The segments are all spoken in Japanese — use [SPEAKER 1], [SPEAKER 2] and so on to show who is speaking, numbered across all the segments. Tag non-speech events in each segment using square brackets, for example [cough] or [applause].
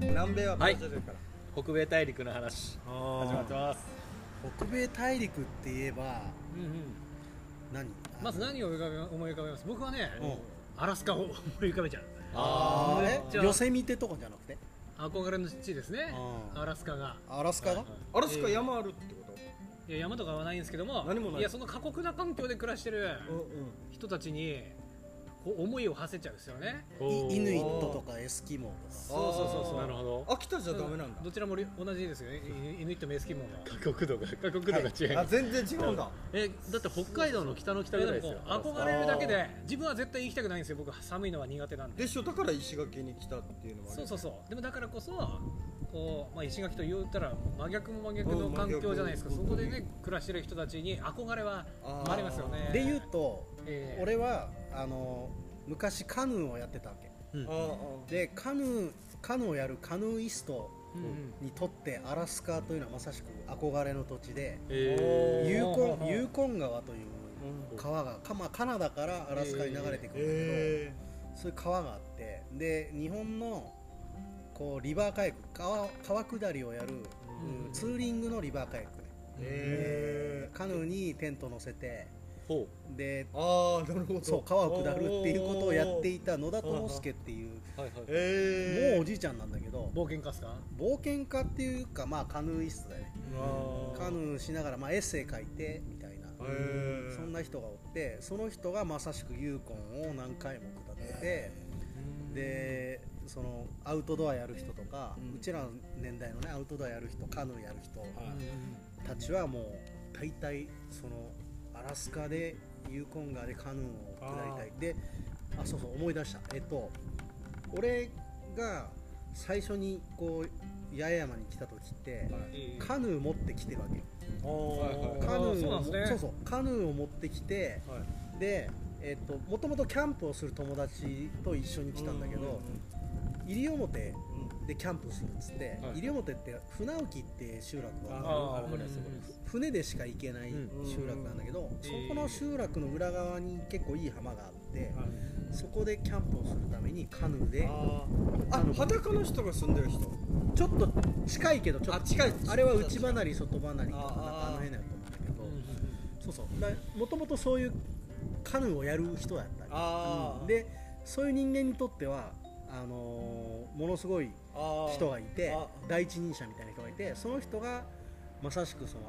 [SPEAKER 1] 南米はバーチャルだから、
[SPEAKER 2] 北米大陸の話始まってます、
[SPEAKER 1] 北米大陸って言えば
[SPEAKER 2] うんうん、
[SPEAKER 1] 何
[SPEAKER 2] まず何を思い浮かべ思い浮かべます僕はね
[SPEAKER 1] うん
[SPEAKER 2] アラスカを思い浮かべちゃう
[SPEAKER 1] あーえ
[SPEAKER 2] じゃあ
[SPEAKER 1] 寄せ見てとかじゃなくて
[SPEAKER 2] 憧れの地ですね
[SPEAKER 1] うん
[SPEAKER 2] アラスカが
[SPEAKER 1] アラスカが、
[SPEAKER 2] はい
[SPEAKER 3] アラスカ山あるってこ
[SPEAKER 2] いや山とかはないんですけども
[SPEAKER 3] 何もない
[SPEAKER 2] やその過酷な環境で暮らしてる
[SPEAKER 3] と、うん
[SPEAKER 2] 人たちにこう思いを馳せちゃうんですよね
[SPEAKER 1] イイヌイットとかエスキモーとか
[SPEAKER 3] そうそうそうそう
[SPEAKER 2] なるほど
[SPEAKER 3] 秋田じゃダメなんだ
[SPEAKER 2] どちらもり同じですよねイイヌイットメスキモンは
[SPEAKER 4] 過酷度が過酷度が違う、
[SPEAKER 3] あ全然違うんだ
[SPEAKER 4] えだって北海道の北の北ぐらいですよ
[SPEAKER 2] いやでもこう憧れるだけで自分は絶対行きたくないんですよ僕は寒いのは苦手なんで
[SPEAKER 3] でしょだから石垣に来たっていうのもある
[SPEAKER 2] そうそうそうでもだからこそこう、まあ、石垣と言ったら真逆も真逆の環境じゃないですか
[SPEAKER 3] うん
[SPEAKER 2] そ
[SPEAKER 3] 真
[SPEAKER 2] こ
[SPEAKER 3] 逆
[SPEAKER 2] でね暮らしてる人たちに憧れは
[SPEAKER 3] あー
[SPEAKER 2] ありますよね
[SPEAKER 1] で言うと、
[SPEAKER 2] ええ
[SPEAKER 1] 俺はあの昔カヌーをやってたわけ
[SPEAKER 3] あーあ
[SPEAKER 1] でカヌーカヌーをやるカヌーイスト
[SPEAKER 2] うんうん
[SPEAKER 1] にとってアラスカというのはまさしく憧れの土地で
[SPEAKER 4] え
[SPEAKER 1] ユーコ
[SPEAKER 2] ほうほう
[SPEAKER 1] ンユーコン川とい
[SPEAKER 3] ー
[SPEAKER 1] う川がか、まあ、カナダからアラスカに流れてくるんだけど、
[SPEAKER 3] え
[SPEAKER 1] そういう川があってで日本のこうリバーカヤック川川下りをやる、
[SPEAKER 2] ん
[SPEAKER 1] ツーリングのリバーカヤックね、
[SPEAKER 3] ーえ
[SPEAKER 1] カヌーにテント乗せて
[SPEAKER 4] ー、ほ
[SPEAKER 1] で
[SPEAKER 3] ーああなるほど
[SPEAKER 1] そう川を下るっていうことをやってい
[SPEAKER 3] て
[SPEAKER 1] た野田智介っていう
[SPEAKER 4] うはいはい
[SPEAKER 3] えー
[SPEAKER 1] もうおじいちゃんなんだけど
[SPEAKER 2] 冒険家っすか
[SPEAKER 1] 冒険家っていうかまあカヌーイストだよね
[SPEAKER 3] あー
[SPEAKER 1] カヌーしながら、まあ、エッセイ書いてみたいな、
[SPEAKER 3] えー
[SPEAKER 1] そんな人がおってその人がまさしくユーコンを何回も下ってて、でそのアウトドアやる人とか、う
[SPEAKER 3] うん
[SPEAKER 1] ちらの年代のねアウトドアやる人カヌーやる人
[SPEAKER 3] はい
[SPEAKER 1] たちはもう大体そのアラスカでユーコン川でカヌーを下りたいであそうそう思い出したえっと俺が最初にこう八重山に来た時って、カヌー持ってきてるわけよ
[SPEAKER 3] はいはい
[SPEAKER 1] カヌ
[SPEAKER 2] あーそ
[SPEAKER 1] ー
[SPEAKER 2] うな
[SPEAKER 1] を
[SPEAKER 2] んですね
[SPEAKER 1] そうそうカヌーを持ってきて、
[SPEAKER 3] はい
[SPEAKER 1] でえっともともとキャンプをする友達と一緒に来たんだけど西表でキャンプするっつって、
[SPEAKER 4] はい
[SPEAKER 1] 西表って船浮きっていう集落があるの
[SPEAKER 3] あ
[SPEAKER 4] わかりますわかります
[SPEAKER 1] 船でしか行けない
[SPEAKER 4] うん
[SPEAKER 1] 集落なんだけど、そこの集落の裏側に結構いい浜があって、
[SPEAKER 3] はい
[SPEAKER 1] そこでキャンプをするためにカヌーで
[SPEAKER 3] あーあ裸の人が住んでる人
[SPEAKER 1] ちょっと近いけどちょっ
[SPEAKER 3] あ
[SPEAKER 1] と
[SPEAKER 3] 近い
[SPEAKER 1] あれは内離れ外離れとかなん
[SPEAKER 3] あー
[SPEAKER 1] かあの辺だと思うんだけど、そうそうもともとそういうカヌーをやる人だったり
[SPEAKER 3] あー
[SPEAKER 1] でそういう人間にとってはあのーものすごい人がいて
[SPEAKER 3] あ
[SPEAKER 1] 第一人者みたいな人がいてその人がまさしくその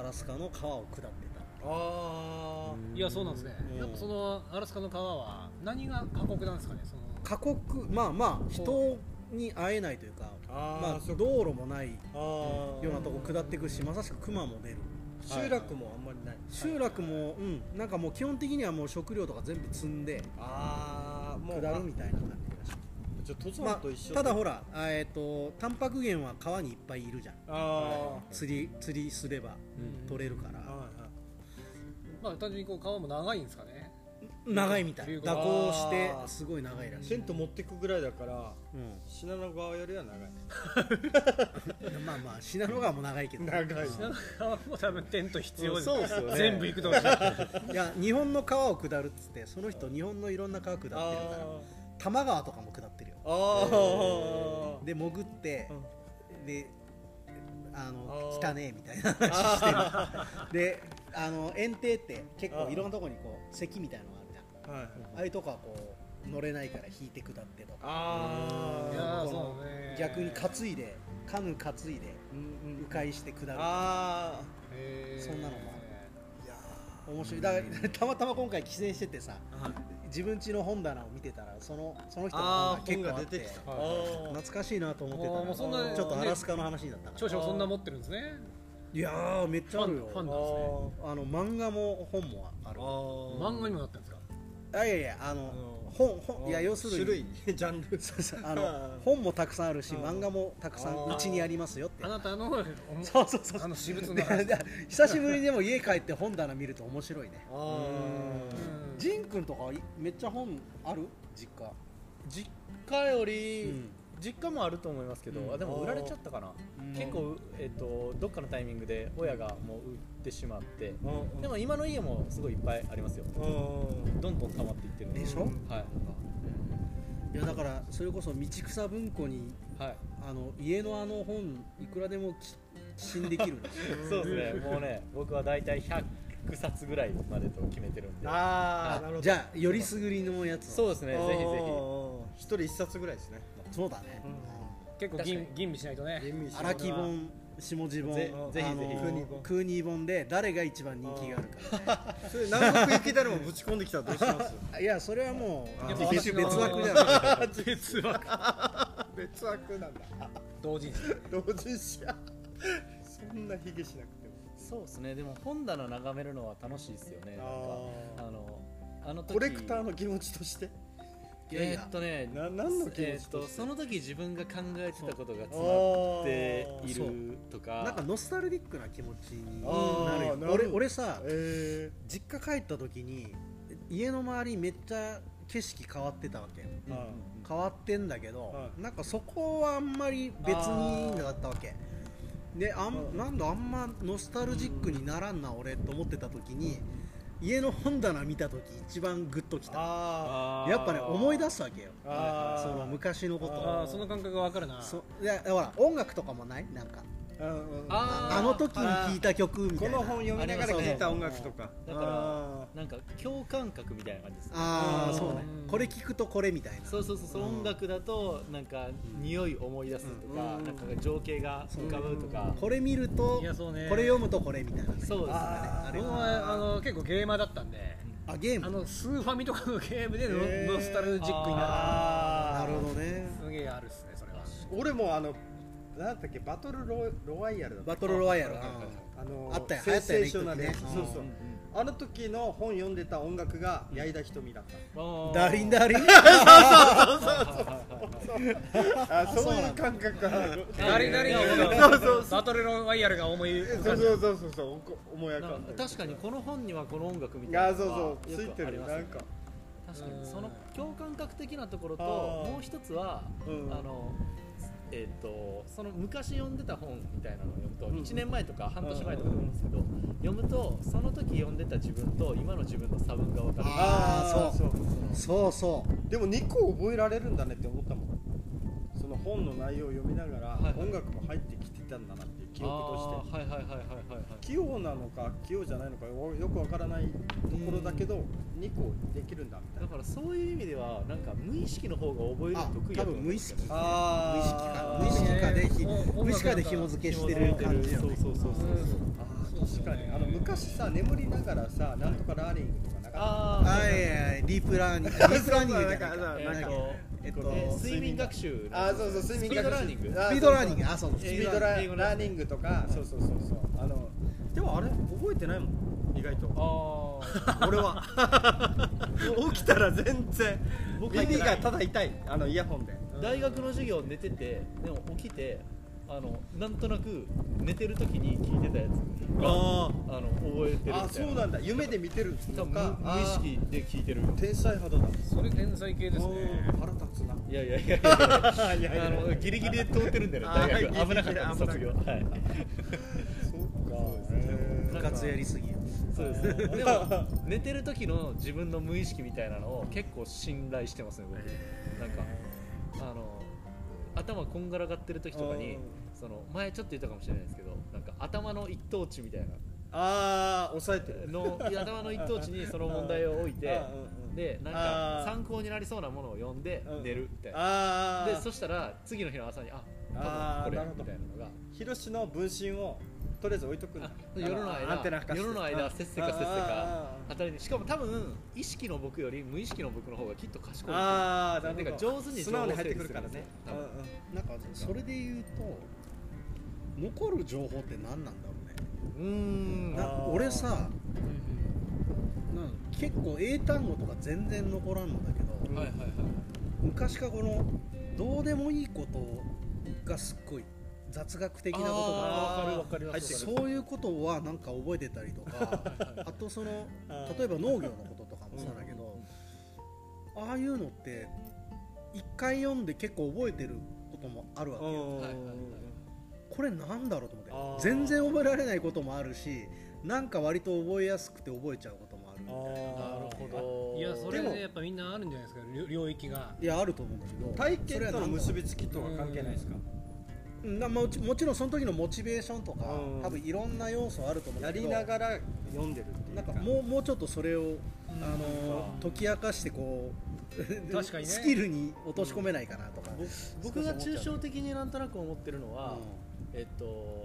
[SPEAKER 1] アラスカの川を下って
[SPEAKER 3] ああ
[SPEAKER 2] いやそうなんですね
[SPEAKER 1] うん
[SPEAKER 2] やっぱそのアラスカの川は何が過酷なんですかねその
[SPEAKER 1] た過酷まあまあ人に会えないというか
[SPEAKER 3] あー
[SPEAKER 1] まあ
[SPEAKER 3] そっ、か
[SPEAKER 1] 道路もない
[SPEAKER 3] あー
[SPEAKER 1] ようなとこ下っていくしまさしく熊も出る
[SPEAKER 3] 集落もあんまりない
[SPEAKER 1] 集落も、うん、なんかもう基本的にはもう食料とか全部積んで
[SPEAKER 3] ああもう
[SPEAKER 1] 下るみたいな感じだし
[SPEAKER 3] じゃあ登
[SPEAKER 1] ま
[SPEAKER 3] 山
[SPEAKER 1] あ
[SPEAKER 3] と一緒、
[SPEAKER 1] ただほら、あえっとタンパク源は川にいっぱいいるじゃん
[SPEAKER 3] ああ
[SPEAKER 1] 釣り釣りすれば取れるから、
[SPEAKER 2] まあ単純にこう川も長いんですかね
[SPEAKER 1] 長いみたい
[SPEAKER 2] という
[SPEAKER 1] 蛇
[SPEAKER 2] こと
[SPEAKER 1] 行して
[SPEAKER 3] あー
[SPEAKER 1] すごい長いらし
[SPEAKER 3] テ
[SPEAKER 1] い、
[SPEAKER 3] ント持ってくぐらいだから
[SPEAKER 1] う
[SPEAKER 3] 信濃川よりは長い
[SPEAKER 1] ん、まあまあ信濃川も長いけど
[SPEAKER 3] い
[SPEAKER 2] 品川も多分テント必要です
[SPEAKER 3] そうっすよね
[SPEAKER 2] 全部行くと思う
[SPEAKER 1] いや日本の川を下るっつってその人日本のいろんな川下ってるから
[SPEAKER 3] あ
[SPEAKER 1] 多摩川とかも下ってるよ
[SPEAKER 3] ーあー
[SPEAKER 1] で潜って、であの
[SPEAKER 3] あー
[SPEAKER 1] 汚ねえみたいな話して
[SPEAKER 3] [laughs]
[SPEAKER 1] るであの園庭って結構いろんなとこにこう堰みたいなのがあるじゃん
[SPEAKER 3] はい
[SPEAKER 1] ああいうとこはこう乗れないから引いて下ってとか
[SPEAKER 3] あ
[SPEAKER 2] い
[SPEAKER 3] ー
[SPEAKER 2] やー
[SPEAKER 1] この
[SPEAKER 2] そうね
[SPEAKER 1] 逆に担いでカヌー担いで
[SPEAKER 3] うんうん
[SPEAKER 1] 迂回して下る
[SPEAKER 3] あ
[SPEAKER 2] へー
[SPEAKER 1] そんなのもある面白いだから [laughs] たまたま今回帰省しててさ
[SPEAKER 3] ーはい
[SPEAKER 1] 自分家の本棚を見てたらそのその人の
[SPEAKER 3] あー
[SPEAKER 1] 本
[SPEAKER 3] 本が
[SPEAKER 1] が結構あっ
[SPEAKER 3] 出
[SPEAKER 1] て
[SPEAKER 3] てきた
[SPEAKER 4] はい
[SPEAKER 1] 懐かしいなと思って
[SPEAKER 2] あーもうそん
[SPEAKER 1] た
[SPEAKER 2] な
[SPEAKER 1] らちょっとアラスカの話になったか
[SPEAKER 2] 長
[SPEAKER 1] ら
[SPEAKER 2] 所もそんな持ってるんですね
[SPEAKER 1] いやーめっちゃあるよ
[SPEAKER 2] ファンファン
[SPEAKER 1] あの漫画も本もある
[SPEAKER 3] あ
[SPEAKER 2] 漫画にもなったんですか
[SPEAKER 1] あいやいやあの
[SPEAKER 3] うん
[SPEAKER 1] 本本いや要するに
[SPEAKER 3] 種類 [laughs] ジャンル
[SPEAKER 1] あ
[SPEAKER 3] [laughs]
[SPEAKER 1] の本もたくさんあるし漫画もたくさんうちにありますよって
[SPEAKER 2] あなたの
[SPEAKER 1] そうそうそう
[SPEAKER 2] あの私
[SPEAKER 1] [laughs]
[SPEAKER 2] 物の話
[SPEAKER 1] で久しぶりにでも家帰って本棚見ると面白いね
[SPEAKER 3] あー
[SPEAKER 2] うん
[SPEAKER 1] ジン君とかいめっちゃ本ある実家
[SPEAKER 4] 実家より、
[SPEAKER 1] うん
[SPEAKER 4] 実家もあると思いますけど、
[SPEAKER 1] うん
[SPEAKER 4] あでも売られちゃったかな、
[SPEAKER 1] うん
[SPEAKER 4] 結構、えっと、どっかのタイミングで親がもう売ってしまって、
[SPEAKER 3] うん
[SPEAKER 4] でも今の家もすごいいっぱいありますよ
[SPEAKER 3] うん
[SPEAKER 4] どんどん溜まっていってるん
[SPEAKER 1] でしょ
[SPEAKER 4] はい
[SPEAKER 1] いややだからそれこそ道草文庫に
[SPEAKER 4] はい
[SPEAKER 1] あの家のあの本いくらでもき寄進できるんですよ
[SPEAKER 4] そうですねもうね僕は大体100冊ぐらいまでと決めてるんで
[SPEAKER 3] ああなるほど
[SPEAKER 1] じ
[SPEAKER 3] ゃ
[SPEAKER 1] [laughs] ゃあよりすぐりのやつを
[SPEAKER 4] そうですねぜひぜ
[SPEAKER 3] ひ一人一冊ぐらいですね
[SPEAKER 1] そうだね、
[SPEAKER 2] 結構銀吟味しないとね
[SPEAKER 3] 厳密に
[SPEAKER 1] 荒木本下地本
[SPEAKER 4] ぜぜひぜひ
[SPEAKER 1] あの空二本で誰が一番人気があるかみたいな
[SPEAKER 3] それ南国行きだろもぶち込んできたらどうします
[SPEAKER 1] いやそれはもう
[SPEAKER 2] やっぱ
[SPEAKER 1] 別
[SPEAKER 2] 私の
[SPEAKER 1] 別枠じゃない
[SPEAKER 2] 別枠
[SPEAKER 3] [laughs] 別枠なんだ
[SPEAKER 2] 同
[SPEAKER 1] [laughs]
[SPEAKER 2] 人誌
[SPEAKER 3] 同人誌やそんなヒゲしなくても
[SPEAKER 4] ひそうですねでも本棚眺めるのは楽しいですよねなんか
[SPEAKER 3] あ
[SPEAKER 4] あのあの時
[SPEAKER 3] コレクターの気持ちとして
[SPEAKER 1] いやい
[SPEAKER 4] え
[SPEAKER 1] や
[SPEAKER 4] ーっとね
[SPEAKER 3] な何の気持
[SPEAKER 4] えー
[SPEAKER 3] ち
[SPEAKER 4] っ
[SPEAKER 3] と
[SPEAKER 4] と
[SPEAKER 3] して
[SPEAKER 4] その時自分が考えてたことが詰ま
[SPEAKER 3] あ
[SPEAKER 4] ってい
[SPEAKER 1] そう
[SPEAKER 4] るとか
[SPEAKER 1] なんかノスタルディックな気持ちに
[SPEAKER 3] あ
[SPEAKER 1] な
[SPEAKER 3] ー
[SPEAKER 1] るよ
[SPEAKER 3] なるほど
[SPEAKER 1] 俺俺さ
[SPEAKER 3] え
[SPEAKER 1] 実家帰った時に家の周りめっちゃ景色変わってたわけ
[SPEAKER 3] ーあ
[SPEAKER 1] 変わってんだけど、
[SPEAKER 3] は
[SPEAKER 1] なんかそこはあんまり別にだったわけであん、
[SPEAKER 3] うん
[SPEAKER 1] なんだあんまノスタルジックにならんな俺と思ってた時に家の本棚見た時一番グッときた
[SPEAKER 3] あ
[SPEAKER 1] やっぱね思い出
[SPEAKER 4] す
[SPEAKER 1] すわけよ
[SPEAKER 3] あー
[SPEAKER 1] その昔のこ
[SPEAKER 2] あ
[SPEAKER 1] と
[SPEAKER 2] あその感覚が分かるな
[SPEAKER 1] そいやほら音楽とかもないなんか
[SPEAKER 3] あ
[SPEAKER 1] あの時に聴いた曲みた
[SPEAKER 3] こ
[SPEAKER 1] いな
[SPEAKER 3] の本読みながら聴いた音楽とか
[SPEAKER 4] だからなんか共感覚みたいな感じです
[SPEAKER 1] ああ
[SPEAKER 3] うん
[SPEAKER 1] そうねこれ聞くとこれみたいな
[SPEAKER 4] そうそうそうそう
[SPEAKER 1] うん
[SPEAKER 4] 音楽だとなんか匂い思い出すとか、
[SPEAKER 3] うん
[SPEAKER 4] なんか情景が浮かぶとか、
[SPEAKER 1] これ見ると
[SPEAKER 2] いやそうね
[SPEAKER 1] これ読むとこれみたいなね
[SPEAKER 4] そうですね
[SPEAKER 3] あ
[SPEAKER 1] あれ
[SPEAKER 2] 僕はあの結構ゲーマーだったんで
[SPEAKER 1] あゲー
[SPEAKER 2] あ
[SPEAKER 1] ム
[SPEAKER 2] のスーファミとかのゲームでノ,、
[SPEAKER 3] へー
[SPEAKER 2] ノスタルジックにな
[SPEAKER 3] あ
[SPEAKER 1] なるほどね
[SPEAKER 2] るすげえあるっすねそれは
[SPEAKER 3] 俺もあのなんだっけバトルロロワイヤルだった
[SPEAKER 1] バトルロワイヤル
[SPEAKER 3] あの
[SPEAKER 1] あったよ
[SPEAKER 3] センセーショナル
[SPEAKER 1] 流行ったよね一時
[SPEAKER 3] そ
[SPEAKER 1] ね
[SPEAKER 3] うそうあの時の本読んでた音楽が矢井田瞳だっ
[SPEAKER 4] あー
[SPEAKER 1] ダリンダリン
[SPEAKER 3] たあそういう感覚がある
[SPEAKER 2] 誰々が思いバトルロワイヤルが思い浮
[SPEAKER 3] そ
[SPEAKER 2] か
[SPEAKER 3] うん
[SPEAKER 2] だ
[SPEAKER 3] そうそうそうそうこ思い浮
[SPEAKER 4] な
[SPEAKER 3] か
[SPEAKER 4] ん
[SPEAKER 3] ん
[SPEAKER 4] か
[SPEAKER 3] だ
[SPEAKER 4] 確かにこの本にはこの音楽みたいな
[SPEAKER 3] あ
[SPEAKER 4] の
[SPEAKER 3] そ
[SPEAKER 4] が
[SPEAKER 3] うそうつい
[SPEAKER 4] よ
[SPEAKER 3] て
[SPEAKER 4] くあり
[SPEAKER 3] る
[SPEAKER 4] ま
[SPEAKER 3] な
[SPEAKER 4] す
[SPEAKER 3] ん
[SPEAKER 4] ね
[SPEAKER 3] か
[SPEAKER 4] 確か
[SPEAKER 2] うん
[SPEAKER 4] にその共感覚的なところと
[SPEAKER 3] あー
[SPEAKER 4] もう一つは、
[SPEAKER 3] うん
[SPEAKER 4] あのえっ、とその昔読んでた本みたいなのを読むと、
[SPEAKER 3] うん
[SPEAKER 4] 1年前とか半年前とかでもいいんですけど、読むとその時読んでた自分と今の自分の差分が分かる
[SPEAKER 1] あー
[SPEAKER 3] そう
[SPEAKER 1] そうそう
[SPEAKER 3] でも2個覚えられるんだねって思ったもんその本の内容を読みながら
[SPEAKER 4] いはい
[SPEAKER 3] 音楽も入ってきてたんだなっていう記憶として
[SPEAKER 4] あーはいはいはいはいはいはい
[SPEAKER 3] 器用なのか器用じゃないのかよよくわからないところだけど2個できるんだみたい
[SPEAKER 4] だ
[SPEAKER 3] な
[SPEAKER 4] からそういう意味ではなんか無意識の方が覚えるの
[SPEAKER 1] あ
[SPEAKER 4] 得意
[SPEAKER 1] 多
[SPEAKER 4] だと
[SPEAKER 1] 分
[SPEAKER 4] 思う
[SPEAKER 1] 無意識無意識
[SPEAKER 3] あ
[SPEAKER 1] か
[SPEAKER 3] ー
[SPEAKER 1] 無意識かでひ
[SPEAKER 2] お音楽
[SPEAKER 1] 無意識かで紐付けしてる感じよね
[SPEAKER 4] そうそうそうそう
[SPEAKER 2] うん
[SPEAKER 4] そう
[SPEAKER 3] あー確かにあの昔さ眠りながらさなんとかラーニングとかなかっ
[SPEAKER 4] ああ
[SPEAKER 1] はいはいはいリープラーニングリープラーニングじゃない
[SPEAKER 3] そうそう
[SPEAKER 1] か
[SPEAKER 3] そう
[SPEAKER 4] え
[SPEAKER 3] なん
[SPEAKER 4] っ
[SPEAKER 3] か
[SPEAKER 4] と
[SPEAKER 1] えっと
[SPEAKER 4] え
[SPEAKER 1] ス
[SPEAKER 4] 睡眠学習
[SPEAKER 3] たあーそうそう睡眠学習
[SPEAKER 4] スピードラーニング
[SPEAKER 3] あ
[SPEAKER 1] ピードラーニング
[SPEAKER 3] そう
[SPEAKER 1] あそう
[SPEAKER 3] そうス
[SPEAKER 1] そう
[SPEAKER 3] ピードラ
[SPEAKER 4] 英語
[SPEAKER 3] ラーニングとかそうそうそうそうあのでもあれ覚えてないもん意外と
[SPEAKER 4] ああ
[SPEAKER 3] 俺は [laughs] 起きたら全然
[SPEAKER 4] 僕入って
[SPEAKER 3] 耳
[SPEAKER 4] ない
[SPEAKER 3] がただ痛いあのイヤホンで
[SPEAKER 4] 大学の授業寝ててでも起きてあのなんとなく寝てる時に聞いてたやつが
[SPEAKER 3] あ
[SPEAKER 4] あの覚えてるみたいな
[SPEAKER 3] あそうなんだ夢で見てる
[SPEAKER 4] 多
[SPEAKER 3] と
[SPEAKER 4] 分無
[SPEAKER 3] か
[SPEAKER 4] 無意識で聞
[SPEAKER 3] [laughs]
[SPEAKER 4] いてる
[SPEAKER 3] あー天才肌だ
[SPEAKER 2] それ天才系ですね
[SPEAKER 3] おー腹立つない
[SPEAKER 4] やいやいやいや
[SPEAKER 3] いやいや
[SPEAKER 4] あのギリギリで通ってるんだよね
[SPEAKER 3] あー
[SPEAKER 4] 大
[SPEAKER 3] ギリギリ
[SPEAKER 4] 学危なかったの卒業はい
[SPEAKER 3] そうかへ
[SPEAKER 1] 部
[SPEAKER 3] ー
[SPEAKER 1] 活やりすぎよ
[SPEAKER 4] そうですね。でも寝てる時の自分の無意識みたいなのを結構信頼してますね。僕なんかあの頭こんがらがってる時とかに
[SPEAKER 3] うん
[SPEAKER 4] その前ちょっと言ったかもしれないですけど、なんか頭の一等地みたいな
[SPEAKER 3] ああ抑えてる
[SPEAKER 4] のいや頭の一等地にその問題を置いて
[SPEAKER 3] あーうんうん
[SPEAKER 4] でなん
[SPEAKER 3] あ
[SPEAKER 4] か
[SPEAKER 3] ー
[SPEAKER 4] 参考になりそうなものを読んで
[SPEAKER 3] うん
[SPEAKER 4] 寝るみたいな。
[SPEAKER 3] あ
[SPEAKER 4] で
[SPEAKER 3] あ
[SPEAKER 4] そしたら次の日の朝にあ
[SPEAKER 3] あー
[SPEAKER 4] 多分こ
[SPEAKER 3] な
[SPEAKER 4] れ
[SPEAKER 3] るほど
[SPEAKER 4] みたいなのが。
[SPEAKER 3] ヒロシの分身をとりあえず置いとくんだ
[SPEAKER 4] あ夜の
[SPEAKER 3] あアンテナ
[SPEAKER 4] 間
[SPEAKER 3] 吹かして
[SPEAKER 4] 夜の間せっせかせっせか
[SPEAKER 3] あー
[SPEAKER 4] 働いてしかも多分意識の僕より無意識の僕の方がきっと賢いと思う
[SPEAKER 3] あーなるほ
[SPEAKER 4] て
[SPEAKER 3] ど
[SPEAKER 4] か上手に
[SPEAKER 3] 素直に入ってくるからね
[SPEAKER 4] 情報整理するんですよ
[SPEAKER 1] なんかそれで言うと残る情報って何なんだろうね
[SPEAKER 4] 多分うーん
[SPEAKER 1] な
[SPEAKER 3] あー
[SPEAKER 1] 俺さ
[SPEAKER 2] うんうん
[SPEAKER 1] なん結構英単語とか全然残らんのだけど
[SPEAKER 4] はいはいはい
[SPEAKER 1] 昔からこのどうでもいいことがすっごい雑学的なことが
[SPEAKER 4] あーわかるわかります
[SPEAKER 3] 入ってくる
[SPEAKER 1] そういうことはなんか覚えてたりとかあとその
[SPEAKER 3] あー
[SPEAKER 1] 例えば農業のこととかもそうだけどああいうのって一回読んで結構覚えてることもあるわけよ
[SPEAKER 3] うんうん
[SPEAKER 4] はいはいはい
[SPEAKER 1] これなんだろうと思
[SPEAKER 3] あー
[SPEAKER 1] って全然覚えられないこともあるしなんか割と覚えやすくて覚えちゃうこともある
[SPEAKER 3] あ
[SPEAKER 4] なる
[SPEAKER 3] ー
[SPEAKER 4] ほど
[SPEAKER 2] いやそれ
[SPEAKER 3] でも
[SPEAKER 2] ねやっぱみんなあるんじゃないですか領領域が
[SPEAKER 1] いやあると思うんだけど
[SPEAKER 3] 体験との結
[SPEAKER 1] び
[SPEAKER 3] びつきとは関係ないですか
[SPEAKER 1] なもちもちろんその時のモチベーションとか
[SPEAKER 3] うん
[SPEAKER 1] 多分いろんな要素あると思うん
[SPEAKER 3] や
[SPEAKER 1] だけ
[SPEAKER 3] り
[SPEAKER 1] ど
[SPEAKER 3] ながら読んでるっていう
[SPEAKER 1] なんかもうもうちょっとそれをあ
[SPEAKER 2] うん
[SPEAKER 1] の解き明かしてこう
[SPEAKER 2] 確かにね
[SPEAKER 1] スキルに落とし込めないかなとか、
[SPEAKER 4] 僕僕が抽象的になんとなく思ってるのは、えっと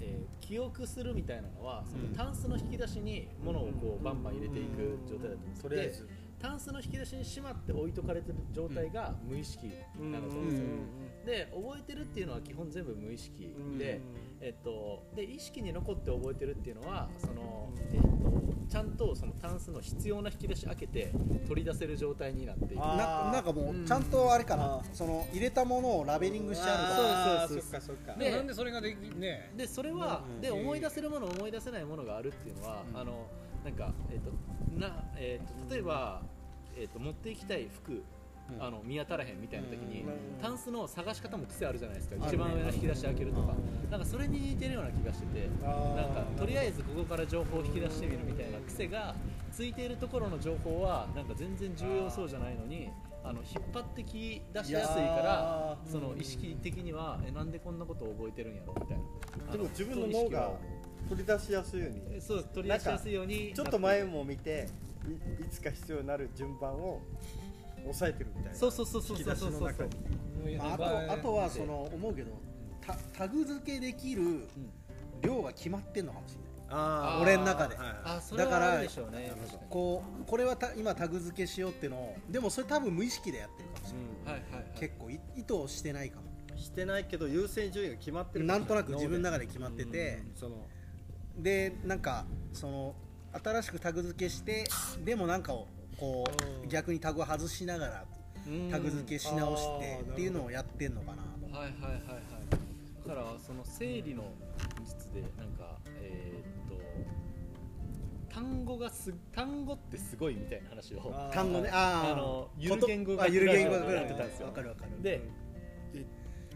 [SPEAKER 4] えー記憶するみたいなのはその
[SPEAKER 1] うん
[SPEAKER 4] タンスの引き出しに物をこうバンバン入れていく状態だと思うんです
[SPEAKER 3] とりあえず
[SPEAKER 4] でタンスの引き出しにしまって置いとかれてる状態が無意識なの
[SPEAKER 3] う
[SPEAKER 4] そ
[SPEAKER 3] ん
[SPEAKER 4] うですよ、
[SPEAKER 1] ん
[SPEAKER 4] で覚えてるっていうのは基本全部無意識
[SPEAKER 3] うん
[SPEAKER 4] で、えっと、で意識に残って覚えてるっていうのはその、
[SPEAKER 3] うん
[SPEAKER 4] えっと、ちゃんとそのタンスの必要な引き出し開けて取り出せる状態になっていく
[SPEAKER 1] な
[SPEAKER 3] あー
[SPEAKER 1] なんかも
[SPEAKER 2] うん
[SPEAKER 1] うちゃんとあれかな、
[SPEAKER 3] あー
[SPEAKER 1] その入れたものをラベリングしてあるから
[SPEAKER 3] あー
[SPEAKER 4] そうです
[SPEAKER 3] そっかそっか
[SPEAKER 2] でも
[SPEAKER 4] で
[SPEAKER 2] なんでそれができね
[SPEAKER 4] でそれは、
[SPEAKER 1] うん
[SPEAKER 4] で
[SPEAKER 2] うん
[SPEAKER 4] 思い出せるもの思い出せないものがあるっていうのは、
[SPEAKER 1] うん
[SPEAKER 4] あのなんか、えっとなえっと例えば、えっと持っていきたい服
[SPEAKER 1] うん
[SPEAKER 4] あの見当たらへんみたいな時に、
[SPEAKER 1] うん
[SPEAKER 4] タンスの探し方も癖あるじゃないですか、
[SPEAKER 1] あるね
[SPEAKER 4] 一番上の引き出し開けるとか、なんかそれに似てるような気がしてて、なんかとりあ
[SPEAKER 3] え
[SPEAKER 4] えずここから情報を引き出してみるみたいな癖がついているところの情報はなんか全然重要そうじゃないのにあの引っ張ってき出しやすいか
[SPEAKER 3] あ
[SPEAKER 4] ら
[SPEAKER 3] ー
[SPEAKER 4] その意識的にはえなんでこんなことを覚えてるんやろみたいな
[SPEAKER 3] でも
[SPEAKER 4] あ
[SPEAKER 3] 自分の脳が取り出しやすいよう
[SPEAKER 4] え
[SPEAKER 3] に
[SPEAKER 4] そう取り出しやすいように
[SPEAKER 3] ちょっと前
[SPEAKER 4] なて
[SPEAKER 3] も見ていいつか必要になる順番を押さえてるみたい
[SPEAKER 4] る
[SPEAKER 3] な
[SPEAKER 4] そうそうそうそうそうそうそう
[SPEAKER 3] そう
[SPEAKER 1] まあ、あとあとはその思うけどタタグ付けできる
[SPEAKER 4] うん
[SPEAKER 1] 量が決まってんのかもしれない
[SPEAKER 3] あ
[SPEAKER 4] あー
[SPEAKER 1] 俺の中で
[SPEAKER 4] あそれはあるでしょうね
[SPEAKER 3] だから
[SPEAKER 4] 確かに
[SPEAKER 1] こうこれはた今タグ付けしようってのをでもそれ多分無意識でやってるかもしれない、
[SPEAKER 4] はいはいはい
[SPEAKER 1] 結構い意図をしてないかも
[SPEAKER 3] してないけど優先順位が決まってる
[SPEAKER 1] なんとなく自分の
[SPEAKER 3] 中
[SPEAKER 1] 中で決まってて
[SPEAKER 3] その
[SPEAKER 1] でなんかその新しくタグ付けしてでもなんかをこ
[SPEAKER 4] うん
[SPEAKER 1] う逆にタグを外しながらタグ付けし直して
[SPEAKER 3] うん
[SPEAKER 1] っていうのをやってんのかな
[SPEAKER 4] はいはいはいはいだからその整理の術でなんかえーっと単語がす単語ってすごいみたいな話を
[SPEAKER 3] あー
[SPEAKER 1] 単語ねあー
[SPEAKER 4] あのゆ
[SPEAKER 1] こ
[SPEAKER 4] る
[SPEAKER 1] と
[SPEAKER 4] 言語
[SPEAKER 1] あ
[SPEAKER 4] 学
[SPEAKER 1] ゆる言語
[SPEAKER 4] ラジオ
[SPEAKER 1] 学
[SPEAKER 4] で
[SPEAKER 1] ラ
[SPEAKER 4] やっ
[SPEAKER 1] ジ
[SPEAKER 4] て
[SPEAKER 1] オ
[SPEAKER 4] たんですよ
[SPEAKER 1] わかるわかる
[SPEAKER 4] で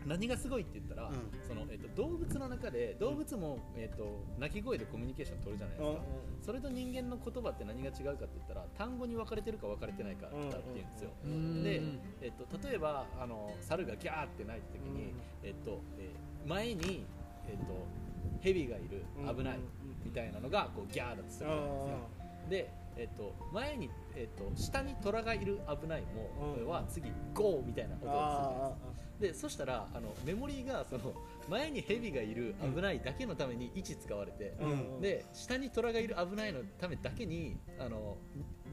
[SPEAKER 4] 何がすごいって言ったら、
[SPEAKER 1] うん
[SPEAKER 4] そのえっと、動物の中で動物も、えっと、鳴き声でコミュニケーション取るじゃないですか、それと人間の言葉って何が違うかって言ったら単語に分かれてるか分かれてないかだって言うんですよ、
[SPEAKER 2] うん
[SPEAKER 4] で、えっと、例えばあの猿がギャーって鳴いた時に、えっとえー前に、えっと、ヘビがいる危ないみたいなのがこうギャーだとするじゃないですかで、えっと、前に、えっと、下に虎がいる危ないも
[SPEAKER 3] うん
[SPEAKER 4] これは次ゴーみたいな音がするじゃないですかでそしたらあのメモリーがその前にヘビがいる危ないだけのために位置使われて、
[SPEAKER 1] うん
[SPEAKER 4] で下に虎がいる危ないのためだけにあの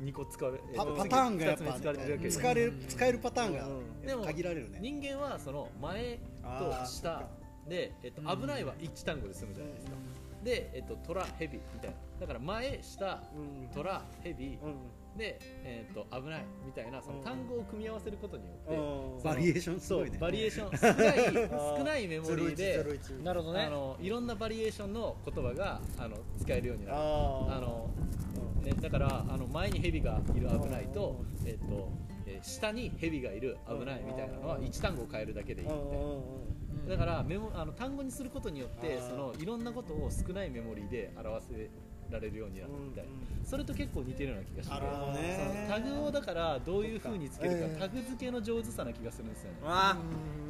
[SPEAKER 4] 2個使われ、えっ
[SPEAKER 1] パ
[SPEAKER 4] と
[SPEAKER 1] パターンがやっぱ
[SPEAKER 4] 次二つ目使われてるわけです
[SPEAKER 1] 使える使えるパターン
[SPEAKER 4] でも
[SPEAKER 1] が限られるね
[SPEAKER 4] 人間はその前と
[SPEAKER 3] あーそっ
[SPEAKER 4] 下
[SPEAKER 3] か
[SPEAKER 4] で、えっと、
[SPEAKER 2] うん
[SPEAKER 4] 危ないは一単語で済むじゃないですか、で、えっと、虎ヘビみたいなだから前下虎ヘビで、えっと、危ないみたいなその単語を組み合わせることによって、
[SPEAKER 1] バリエーションす
[SPEAKER 4] そ
[SPEAKER 1] ご
[SPEAKER 4] う
[SPEAKER 1] いね
[SPEAKER 4] バリエーション少ない
[SPEAKER 3] ー
[SPEAKER 4] 少ないメモリーで
[SPEAKER 2] なるほどね
[SPEAKER 4] あのいろんなバリエーションの言葉があの使えるようになる
[SPEAKER 3] あ
[SPEAKER 4] あの、ね、だからあの前にヘビがいる危ないと,、えっとえー下にヘビがいる危ないみたいなのは
[SPEAKER 3] うん
[SPEAKER 4] 1単語を変えるだけでいいみたいな
[SPEAKER 2] うん
[SPEAKER 4] だからメモあの単語にすることによって
[SPEAKER 3] あー
[SPEAKER 4] そのいろんなことを少ないメモリーで表せられるようになるみたいな、それと結構似てるような気がして
[SPEAKER 1] なるほどね
[SPEAKER 4] タグをだからどういうふうにつける
[SPEAKER 3] そっ
[SPEAKER 4] か
[SPEAKER 3] かええ
[SPEAKER 4] タグ付けの上手さな気がするんですよね。
[SPEAKER 3] あ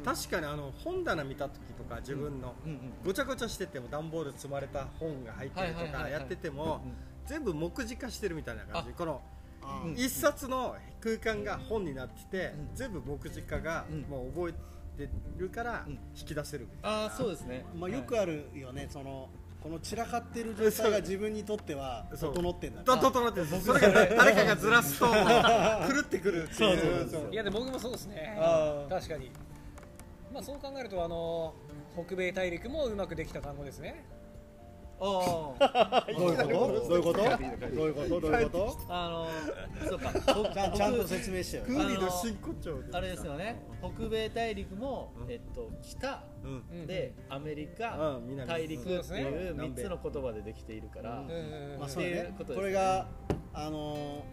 [SPEAKER 3] 確かにあの本棚見た時とか自分の
[SPEAKER 4] うんうん
[SPEAKER 3] ごちゃごちゃしてても段ボール積まれた本が入ってるとかやってても全部目次化してるみたいな感じこの
[SPEAKER 1] あ
[SPEAKER 4] うん
[SPEAKER 3] 一冊の空間が本になってて
[SPEAKER 4] うん
[SPEAKER 3] 全部目次化が
[SPEAKER 4] うん
[SPEAKER 3] もう覚えてるから
[SPEAKER 4] うん
[SPEAKER 3] 引き出せるみたいな
[SPEAKER 4] ああそうですね。
[SPEAKER 1] まあよくあるよねそのこの散らかってる状態が自分にとっては
[SPEAKER 3] そう
[SPEAKER 1] 整ってんだね
[SPEAKER 3] だと整ってるそれが誰かがずらすと狂ってくるっていうそう
[SPEAKER 2] [laughs] いやでも僕もそうですね
[SPEAKER 3] あー
[SPEAKER 2] 確かにまあそう考えるとあの北米大陸もうまくできた単語ですね
[SPEAKER 4] ああ
[SPEAKER 1] どういうことどういうことどういうことどういうこ
[SPEAKER 4] あのー [laughs] そうか。
[SPEAKER 1] とちゃんちゃんと説明してよ
[SPEAKER 3] クーリーの真骨頂
[SPEAKER 4] あれですよね。北米大陸も
[SPEAKER 3] うん
[SPEAKER 4] えっと北
[SPEAKER 3] うん
[SPEAKER 2] うん
[SPEAKER 4] でアメリ
[SPEAKER 3] う
[SPEAKER 4] カ
[SPEAKER 3] ん南
[SPEAKER 4] 大陸っていう
[SPEAKER 2] そうですね
[SPEAKER 4] 三つの言葉でできているから
[SPEAKER 2] うん。うん
[SPEAKER 1] まあそうだ
[SPEAKER 4] っていう
[SPEAKER 1] ね
[SPEAKER 4] ことですね
[SPEAKER 1] これがあの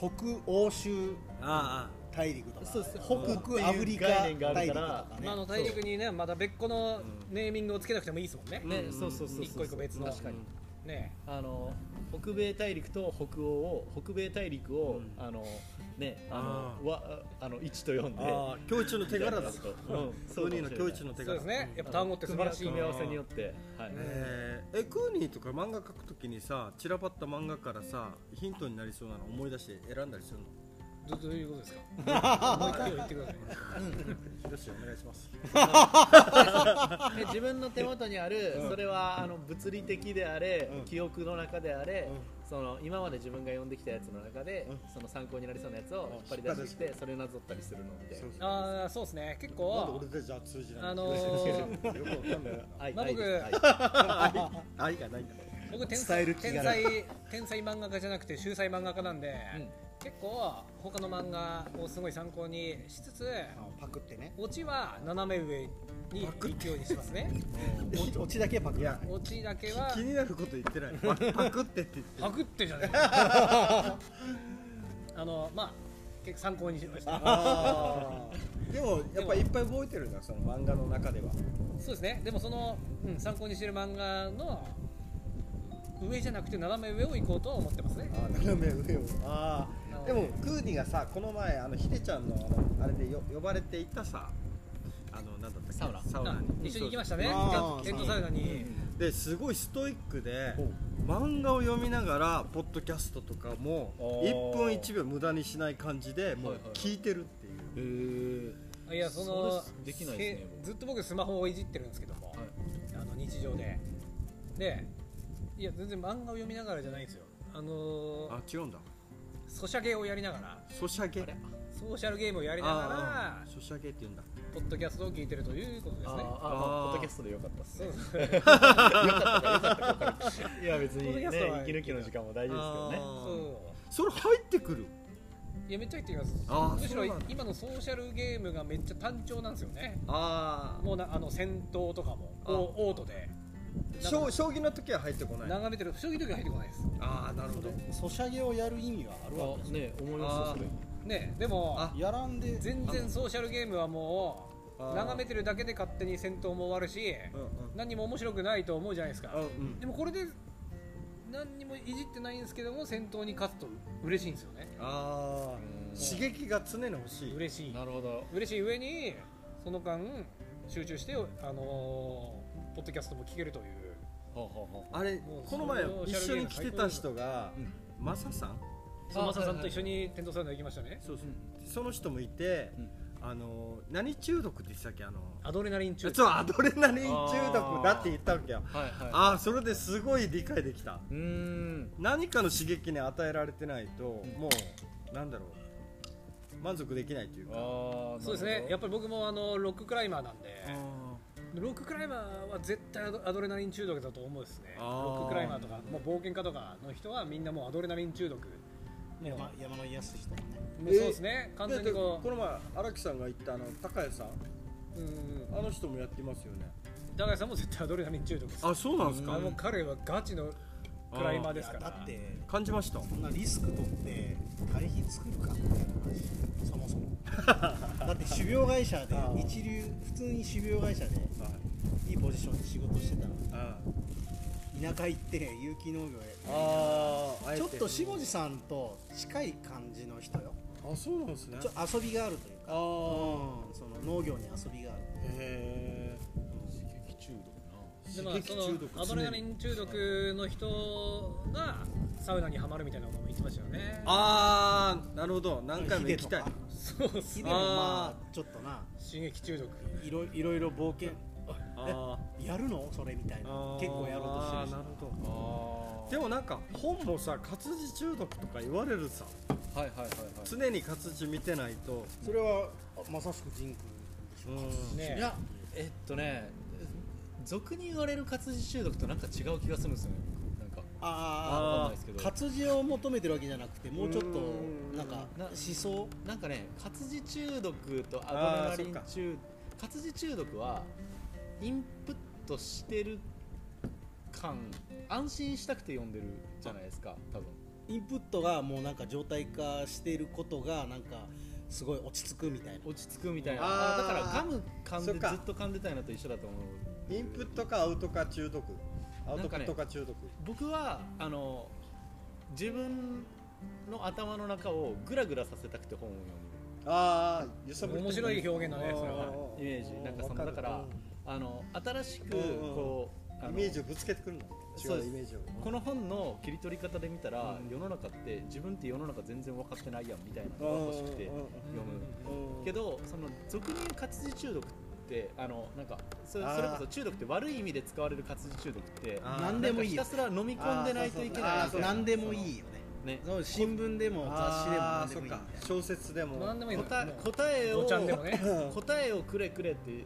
[SPEAKER 1] ー北欧州
[SPEAKER 3] あ
[SPEAKER 1] 大陸とか
[SPEAKER 4] そうですね
[SPEAKER 1] 北アフリカ
[SPEAKER 4] 概念があ
[SPEAKER 1] 大
[SPEAKER 4] る
[SPEAKER 1] 陸
[SPEAKER 4] か
[SPEAKER 1] とか
[SPEAKER 4] ら
[SPEAKER 1] ね
[SPEAKER 2] まああの大陸にねまた別個のネーミングをつけなくてもいいですもんね
[SPEAKER 4] ね
[SPEAKER 3] う、ん
[SPEAKER 4] そうそうそうそう。
[SPEAKER 2] 一個一個別の
[SPEAKER 4] 確かに。
[SPEAKER 3] う
[SPEAKER 2] ね
[SPEAKER 4] あの北米大陸と北欧を北米大陸を、
[SPEAKER 1] うん
[SPEAKER 4] あのねあ
[SPEAKER 3] あ
[SPEAKER 4] のわあの一と読んで
[SPEAKER 3] ああ教一の手柄だと
[SPEAKER 4] うん
[SPEAKER 3] クーニーの教一の
[SPEAKER 2] そ
[SPEAKER 3] 手
[SPEAKER 2] うで
[SPEAKER 3] 柄
[SPEAKER 2] すねやっぱ単語って素晴らしい
[SPEAKER 4] 組み合わせによ
[SPEAKER 2] っ
[SPEAKER 4] って、はい
[SPEAKER 3] えーえクーニーとか漫画描くときにさ散らばった漫画からさヒントになりそうなの思い出して選んだりするの
[SPEAKER 2] どどういうことですかもう一回言ってください
[SPEAKER 3] よしお願いします
[SPEAKER 4] で自分の手元にある、
[SPEAKER 3] うん
[SPEAKER 4] それはあの物理的であれ、
[SPEAKER 3] うん
[SPEAKER 4] 記憶の中であれ、
[SPEAKER 3] う
[SPEAKER 4] その今まで自分が読んできたやつの中で、
[SPEAKER 3] うん
[SPEAKER 4] その参考になりそうなやつを引っ張り出してきてそれなぞったりするので
[SPEAKER 3] そうそう
[SPEAKER 2] ああそうですね
[SPEAKER 3] なん
[SPEAKER 2] 結
[SPEAKER 3] で
[SPEAKER 2] 構
[SPEAKER 3] 俺たちは通じない
[SPEAKER 2] あのー
[SPEAKER 3] よくわかんないな
[SPEAKER 4] 愛
[SPEAKER 2] まあ
[SPEAKER 4] 愛
[SPEAKER 2] 僕
[SPEAKER 4] です
[SPEAKER 3] 愛がないんだ
[SPEAKER 2] 僕天
[SPEAKER 1] 伝え
[SPEAKER 2] 才
[SPEAKER 1] る気
[SPEAKER 2] 天
[SPEAKER 1] がな
[SPEAKER 2] 才
[SPEAKER 1] い
[SPEAKER 2] 天才漫画家じゃなくて秀才漫画家なんで、
[SPEAKER 4] うん
[SPEAKER 2] 結構他の漫画をすごい参考にしつつ
[SPEAKER 1] パクってね
[SPEAKER 2] オチは斜め上に行くようにしますね
[SPEAKER 1] 落ち落ちだけパク
[SPEAKER 3] いや
[SPEAKER 2] オチだけは
[SPEAKER 3] 気になること言ってないパ [laughs] パクってって言って
[SPEAKER 2] パ
[SPEAKER 3] る
[SPEAKER 2] クってじゃねえあのまあ結構参考にしました
[SPEAKER 3] でもやっぱいっぱい覚えてるんだその漫画の中では
[SPEAKER 2] そうですねでもその、うん参考にしてる漫画の上じゃなくて斜め上を行こうと思ってますね
[SPEAKER 3] あ斜め上をあ
[SPEAKER 2] なの
[SPEAKER 3] あで
[SPEAKER 2] で
[SPEAKER 3] もクーニがさこの前あのヒデちゃんのあのあれでよ呼ばれていたさあのなんだったっけ
[SPEAKER 4] サウナ
[SPEAKER 3] サウナ
[SPEAKER 2] あ
[SPEAKER 3] に
[SPEAKER 2] 一緒に行きましたね
[SPEAKER 1] あー
[SPEAKER 2] テントサウナに
[SPEAKER 3] ですごいストイックで
[SPEAKER 4] ほう
[SPEAKER 3] 漫画を読みながらポッドキャストとかも
[SPEAKER 4] おー
[SPEAKER 3] 1分1秒無駄にしない感じでもう
[SPEAKER 4] はいはい
[SPEAKER 3] 聞いてるっていう、
[SPEAKER 4] へー
[SPEAKER 2] いやその
[SPEAKER 4] それできないですね
[SPEAKER 2] け
[SPEAKER 4] 僕
[SPEAKER 2] ずっと僕スマホをいじってるんですけども、
[SPEAKER 4] い
[SPEAKER 2] あの日常ででいや全然漫画を読みながらじゃないんですよあのー
[SPEAKER 3] あ違うんだ
[SPEAKER 2] ソシャゲをやりながら
[SPEAKER 3] ソシャゲ
[SPEAKER 4] あれ
[SPEAKER 2] ソーシャルゲームをやりなが
[SPEAKER 3] あーソシャゲって言うんだ
[SPEAKER 2] らポッドキャストを聞いてるということです
[SPEAKER 4] あ
[SPEAKER 2] ね
[SPEAKER 4] ーあ
[SPEAKER 3] あー
[SPEAKER 4] ーポッドキャストでよかったっす
[SPEAKER 2] そう
[SPEAKER 4] ね
[SPEAKER 2] です
[SPEAKER 4] よかったかよかったか分かるいや別に
[SPEAKER 2] ポッドキ
[SPEAKER 4] ね
[SPEAKER 2] ャストは
[SPEAKER 4] 息抜きの時間も大事ですけどね
[SPEAKER 3] あー
[SPEAKER 2] そう
[SPEAKER 3] それ入ってくる
[SPEAKER 2] いやめっちゃ入ってきます
[SPEAKER 3] あー
[SPEAKER 2] むしろ
[SPEAKER 3] そうなんだ
[SPEAKER 2] 今のソーシャルゲームがめっちゃ単調なんですよね
[SPEAKER 3] あ
[SPEAKER 2] もうなあの戦闘とかも
[SPEAKER 3] あ
[SPEAKER 2] おオートで
[SPEAKER 3] あ将将棋の時は入ってこない
[SPEAKER 2] 眺めてる将棋の時は入ってこないです
[SPEAKER 3] ああなるほど
[SPEAKER 1] ソシャゲをやる意味はあるわけですよ
[SPEAKER 4] ね思い
[SPEAKER 3] ますよ
[SPEAKER 2] ねでも
[SPEAKER 3] あ
[SPEAKER 1] やらんで
[SPEAKER 2] 全然ソーシャルゲームはもう
[SPEAKER 3] あー
[SPEAKER 2] 眺めてるだけで勝手に戦闘も終わるし
[SPEAKER 3] うんうん
[SPEAKER 2] 何も面白くないと思うじゃないですか
[SPEAKER 3] あうん
[SPEAKER 2] でもこれで何にもいじってないんですけども戦闘に勝つと嬉しいんですよね
[SPEAKER 3] あ
[SPEAKER 4] うん
[SPEAKER 3] ー刺激が常に欲しい
[SPEAKER 2] 嬉しい
[SPEAKER 4] なるほど
[SPEAKER 2] 嬉しい上にその間集中してあのーポッドキャストも聞けるという
[SPEAKER 4] ほうほうほ
[SPEAKER 3] あれ
[SPEAKER 2] もう
[SPEAKER 3] この前
[SPEAKER 2] ソーシ
[SPEAKER 3] 一
[SPEAKER 2] ャルゲ
[SPEAKER 3] 緒
[SPEAKER 2] ーム
[SPEAKER 3] に来てた人が
[SPEAKER 4] うん
[SPEAKER 3] マサさん
[SPEAKER 2] そう
[SPEAKER 4] あ
[SPEAKER 2] マサさんと一緒に天童サウナ行きましたね
[SPEAKER 3] そうそうその人もいて
[SPEAKER 4] うん
[SPEAKER 3] あの何中毒って言ってたっけあの
[SPEAKER 2] アドレナリン中
[SPEAKER 3] そうアドレナリン中毒だって言ったわけよ
[SPEAKER 4] うはいはい
[SPEAKER 3] ああそれですごい理解できた
[SPEAKER 4] うーん
[SPEAKER 3] 何かの刺激に与えられてないともうなんだろう満足できないという
[SPEAKER 4] あ
[SPEAKER 3] か
[SPEAKER 4] ー
[SPEAKER 2] そうですねやっぱり僕もあのロッククライマーなんでロッククライマーは絶対アドアドレナリン中毒だと思うですね
[SPEAKER 3] あ
[SPEAKER 2] ロ
[SPEAKER 3] ー
[SPEAKER 2] ッククライマーとかもう冒険家とかの人はみんなもうアドレナリン中毒
[SPEAKER 1] 山山の安人ね
[SPEAKER 2] もうそうですね完全
[SPEAKER 3] で
[SPEAKER 2] に
[SPEAKER 3] でこ
[SPEAKER 2] こ
[SPEAKER 3] の前荒木さんが言ったあの高谷さん
[SPEAKER 2] ううん
[SPEAKER 3] あの人もやってますよね
[SPEAKER 2] 高橋さんも絶対アドレナリン中毒です
[SPEAKER 3] あそうなんです
[SPEAKER 2] あもう彼はガチのクライマー
[SPEAKER 1] い
[SPEAKER 2] です
[SPEAKER 1] や
[SPEAKER 2] から
[SPEAKER 1] だって
[SPEAKER 3] 感じました
[SPEAKER 1] そんなリスク取って会費作るかみたいな話そも
[SPEAKER 3] [laughs]
[SPEAKER 1] そもだって種苗会社で
[SPEAKER 3] あー
[SPEAKER 1] 一流普通に種苗会社でいいポジションで仕事してた
[SPEAKER 3] あ
[SPEAKER 1] ら田舎行って有機農業で
[SPEAKER 3] ああ
[SPEAKER 1] ちょっと下地さんと近い感じの人よ
[SPEAKER 3] あそうなんですね
[SPEAKER 1] ちょ遊びがあるというか
[SPEAKER 3] ああ
[SPEAKER 1] うんその農業に遊びがあ
[SPEAKER 3] [laughs]
[SPEAKER 1] る
[SPEAKER 3] へえ
[SPEAKER 4] 刺激中毒
[SPEAKER 2] でまあそのアドレナリン中毒の人がサウナにはまるみたいなのも言ってましたよね
[SPEAKER 3] ああなるほど何回も行きたい
[SPEAKER 1] ヒデとか
[SPEAKER 2] そうっす
[SPEAKER 1] ヒ
[SPEAKER 2] ね
[SPEAKER 1] デもまあちょっとな
[SPEAKER 2] 刺激中毒
[SPEAKER 1] いろいろいろ冒険
[SPEAKER 3] あ
[SPEAKER 1] やるのそれみたいな結構やろうとしてるし
[SPEAKER 3] なるほ
[SPEAKER 4] なあ
[SPEAKER 3] ど
[SPEAKER 4] ー
[SPEAKER 3] でもなんか本もさ活字中毒とか言われるさ
[SPEAKER 4] はいはいはいはい
[SPEAKER 3] 常に活字見てないと
[SPEAKER 1] それはまさしくジンクでしょ
[SPEAKER 3] うん
[SPEAKER 2] ね
[SPEAKER 4] いやえっとね俗に言われる活字中毒となんか違う気がするんですよねなんか
[SPEAKER 1] あ
[SPEAKER 4] わかん
[SPEAKER 3] あー
[SPEAKER 4] ないですけ
[SPEAKER 1] あ
[SPEAKER 4] ど
[SPEAKER 1] 活字を求めてるわけじゃなくてもうちょっ
[SPEAKER 3] う
[SPEAKER 1] と
[SPEAKER 3] ん
[SPEAKER 1] なんか
[SPEAKER 4] な
[SPEAKER 1] 思想
[SPEAKER 4] なんかね活字中毒と
[SPEAKER 3] あー
[SPEAKER 4] アドレナリン中活字中毒はインプットしてる感安心したくて読んでるじゃないですか多分
[SPEAKER 1] インプットがもうなんか状態化していることがなんかすごい落ち着くみたいな
[SPEAKER 4] 落ち着くみたいな
[SPEAKER 3] あー
[SPEAKER 4] だからガム噛んで
[SPEAKER 3] そっか
[SPEAKER 4] ずっと噛んでたいなと一緒だと思う
[SPEAKER 3] インプットかアウトか中毒
[SPEAKER 4] あ
[SPEAKER 3] アウト
[SPEAKER 4] なん
[SPEAKER 3] プ
[SPEAKER 4] か
[SPEAKER 3] ッ
[SPEAKER 4] ね
[SPEAKER 3] ト化中毒
[SPEAKER 4] 僕はあの自分の頭の中をグラグラさせたくて本を読む
[SPEAKER 3] ああ揺さぶり
[SPEAKER 2] 面白い表現だねそれは
[SPEAKER 4] イメージなんかそのだからあの新しく
[SPEAKER 3] うんうん
[SPEAKER 4] こう
[SPEAKER 3] イ
[SPEAKER 4] あの
[SPEAKER 3] メージをぶつけてくるの
[SPEAKER 4] そう
[SPEAKER 3] 違
[SPEAKER 4] で
[SPEAKER 3] う
[SPEAKER 4] す
[SPEAKER 3] イメージを
[SPEAKER 4] この本の切り取り方で見たら、世の中って自分って世の中全然分かってないやんみたいなのが欲しくて
[SPEAKER 3] うんうん
[SPEAKER 4] 読む
[SPEAKER 3] うん
[SPEAKER 4] けどその俗に言う活字中毒ってあのなんかそれ
[SPEAKER 3] あー
[SPEAKER 4] それこそ中毒って悪い意味で使われる活字中毒って
[SPEAKER 3] あー
[SPEAKER 1] なんでもいい
[SPEAKER 4] ひ
[SPEAKER 1] よ
[SPEAKER 4] たすら飲み込んでないといけない
[SPEAKER 1] あ
[SPEAKER 4] みた
[SPEAKER 1] ー
[SPEAKER 4] いな
[SPEAKER 1] 何でもいいよね
[SPEAKER 4] ね
[SPEAKER 1] そう新聞でも雑誌でも
[SPEAKER 3] あ
[SPEAKER 1] 何
[SPEAKER 3] ー
[SPEAKER 1] で
[SPEAKER 3] そっ
[SPEAKER 1] もいいみたい
[SPEAKER 3] か
[SPEAKER 1] な
[SPEAKER 3] 小説でも
[SPEAKER 2] 何でもいいの
[SPEAKER 4] 答え
[SPEAKER 2] もう
[SPEAKER 4] 答えを
[SPEAKER 2] ごちゃんで
[SPEAKER 4] [laughs]
[SPEAKER 2] もね
[SPEAKER 3] うん
[SPEAKER 4] 答えをくれくれってっ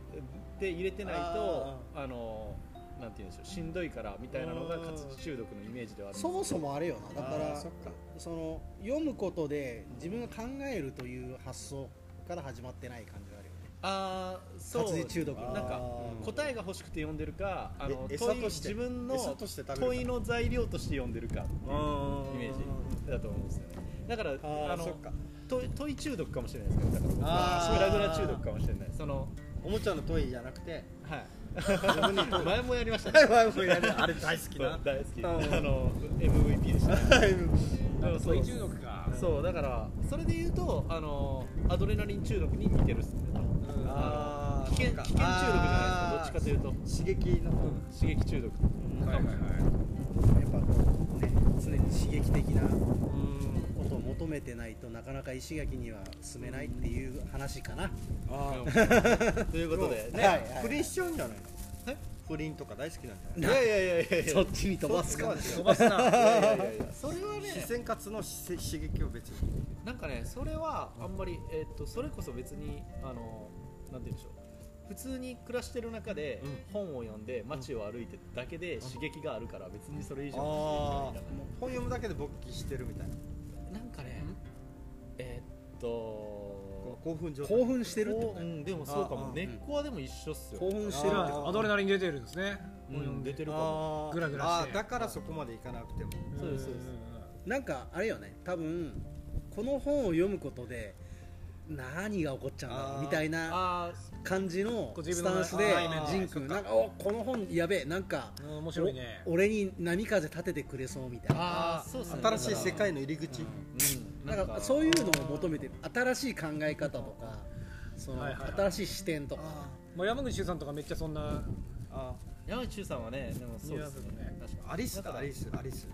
[SPEAKER 4] て入れてないと
[SPEAKER 3] あ
[SPEAKER 4] あのなんて言うんでしょうしんどいからみたいなのが活字中毒のイメージではある
[SPEAKER 1] そもそもあれよなだ
[SPEAKER 3] あ
[SPEAKER 1] か
[SPEAKER 3] ー
[SPEAKER 1] ら
[SPEAKER 3] そっか
[SPEAKER 1] その読むことで自分が考えるという発想から始まってない感じがあるよね
[SPEAKER 4] あーそう
[SPEAKER 1] 活字中毒
[SPEAKER 3] あー
[SPEAKER 4] なんか
[SPEAKER 3] うん
[SPEAKER 4] 答えが欲しくて読んでるかあの
[SPEAKER 3] え餌
[SPEAKER 4] 問い
[SPEAKER 3] として
[SPEAKER 4] 自分
[SPEAKER 3] 餌
[SPEAKER 4] の
[SPEAKER 3] として食べるか
[SPEAKER 4] 問いの材料として読んでる
[SPEAKER 3] イ
[SPEAKER 4] か
[SPEAKER 3] メー
[SPEAKER 4] イメージだと思うんですよねだから
[SPEAKER 3] あ
[SPEAKER 4] あ
[SPEAKER 3] あそ
[SPEAKER 4] の
[SPEAKER 3] っか
[SPEAKER 4] 問い問い中毒かもしれないですけどだから僕
[SPEAKER 3] あー
[SPEAKER 4] はグラグラ中毒かもしれないその
[SPEAKER 3] おもちゃのトイじゃなくて
[SPEAKER 4] はい
[SPEAKER 3] 自分に
[SPEAKER 4] [laughs] 前もやりましたね
[SPEAKER 3] あれ [laughs] 大好きな
[SPEAKER 4] 大好き
[SPEAKER 3] うん
[SPEAKER 4] あの MVP で
[SPEAKER 3] [laughs]
[SPEAKER 4] した
[SPEAKER 2] なんか
[SPEAKER 4] そ
[SPEAKER 2] そう
[SPEAKER 4] う
[SPEAKER 2] いう中毒か
[SPEAKER 4] そうだからそれで言うとあのアドレナリン中毒に似てるっすね
[SPEAKER 2] うん
[SPEAKER 3] あー
[SPEAKER 4] 危険
[SPEAKER 3] そっか
[SPEAKER 4] 危険中毒じゃないですかどっちかというと、
[SPEAKER 3] 刺激の方
[SPEAKER 4] 刺激中毒
[SPEAKER 2] はいはいはい
[SPEAKER 1] やっぱこうね常に刺激的なことを求めてないとなかなか石垣には住めないっていう話かな
[SPEAKER 3] あ
[SPEAKER 4] ということ
[SPEAKER 3] [laughs]
[SPEAKER 4] で
[SPEAKER 3] あ
[SPEAKER 4] ね、
[SPEAKER 1] はい
[SPEAKER 3] ね不倫しちゃうんじゃないの
[SPEAKER 4] え
[SPEAKER 3] 不倫とか大好きなんじゃない
[SPEAKER 4] い、やいやいやいやい
[SPEAKER 1] [laughs]
[SPEAKER 4] や
[SPEAKER 1] そっちに飛ばすか
[SPEAKER 3] そ
[SPEAKER 2] 飛
[SPEAKER 3] [laughs]
[SPEAKER 2] ばすない
[SPEAKER 4] やいやいやいやそれは
[SPEAKER 3] 私
[SPEAKER 4] ね
[SPEAKER 3] 生活のし刺激を別に
[SPEAKER 4] なんかねそれはあんまり、えっとそれこそ別にあのなんて言うんでしょう普通に暮らしてる中で、
[SPEAKER 3] うん
[SPEAKER 4] 本を読んで街を歩いてだけで刺激があるから別にそれ以上
[SPEAKER 3] あ
[SPEAKER 4] 刺激がない
[SPEAKER 3] ーもう本読むだけで勃起してるみたいな
[SPEAKER 4] なんかねえーっと
[SPEAKER 3] 興奮状態
[SPEAKER 1] 興奮してるってこ
[SPEAKER 4] う
[SPEAKER 1] とね
[SPEAKER 4] んでもそうかも
[SPEAKER 3] あ
[SPEAKER 4] 根っこはでも一緒っすよ
[SPEAKER 1] 興奮してるって
[SPEAKER 3] あー
[SPEAKER 1] こ
[SPEAKER 2] アドレナリン出てるんですね
[SPEAKER 4] うん出てるかも
[SPEAKER 3] あー
[SPEAKER 2] グラグラして
[SPEAKER 3] あーだからそこまでいかなくても
[SPEAKER 4] そうですそうです
[SPEAKER 1] となんかあれよね多分この本を読むことで何が起こっちゃうんだろ
[SPEAKER 3] あ
[SPEAKER 1] う
[SPEAKER 3] ー
[SPEAKER 1] みたいな
[SPEAKER 4] あー
[SPEAKER 1] 感じの
[SPEAKER 2] こう自
[SPEAKER 1] ス
[SPEAKER 2] 分の
[SPEAKER 1] タンスで
[SPEAKER 3] 内面の
[SPEAKER 1] 仁君なんかおこの本やべえなんか
[SPEAKER 2] うんうん面白いね
[SPEAKER 1] お俺に波風立ててくれそうみたいな
[SPEAKER 4] あーそうっすね
[SPEAKER 3] 新しい世界の入り口
[SPEAKER 4] うん
[SPEAKER 1] なんかそういうのを求めてる新しい考え方とかその
[SPEAKER 2] はいはいはい
[SPEAKER 1] 新しい視点とか
[SPEAKER 2] まあ山口周さんとかめっちゃそんな
[SPEAKER 3] あ
[SPEAKER 4] 山内中さんはねでもそうですね
[SPEAKER 2] 似合うよね
[SPEAKER 4] 確か
[SPEAKER 3] アリス
[SPEAKER 4] なん
[SPEAKER 3] だ
[SPEAKER 4] か
[SPEAKER 3] アリスアリス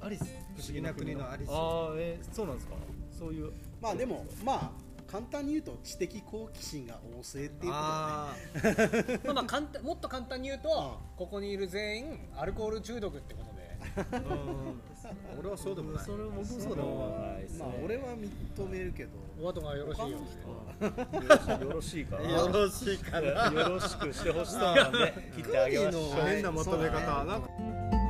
[SPEAKER 4] アリス
[SPEAKER 3] 不思議な国のアリス
[SPEAKER 4] ああえーそうなんですかそういう
[SPEAKER 1] まあでもまあ簡単に言うと知的好奇心が旺盛っていうことだね
[SPEAKER 3] あ
[SPEAKER 2] まあまあ簡単もっと簡単に言うとここにいる全員アルコール中毒ってことで
[SPEAKER 3] あ俺はそうでもない
[SPEAKER 4] それ僕もそうでもないです
[SPEAKER 1] ま
[SPEAKER 4] ね
[SPEAKER 1] あ俺は認めるけど
[SPEAKER 2] お後がよろしいようで
[SPEAKER 4] よろしいかな
[SPEAKER 3] よろ [laughs] しいかな
[SPEAKER 4] よろしくしてほしそうなんで切ってあげましょう
[SPEAKER 3] 変なまとめ方なんか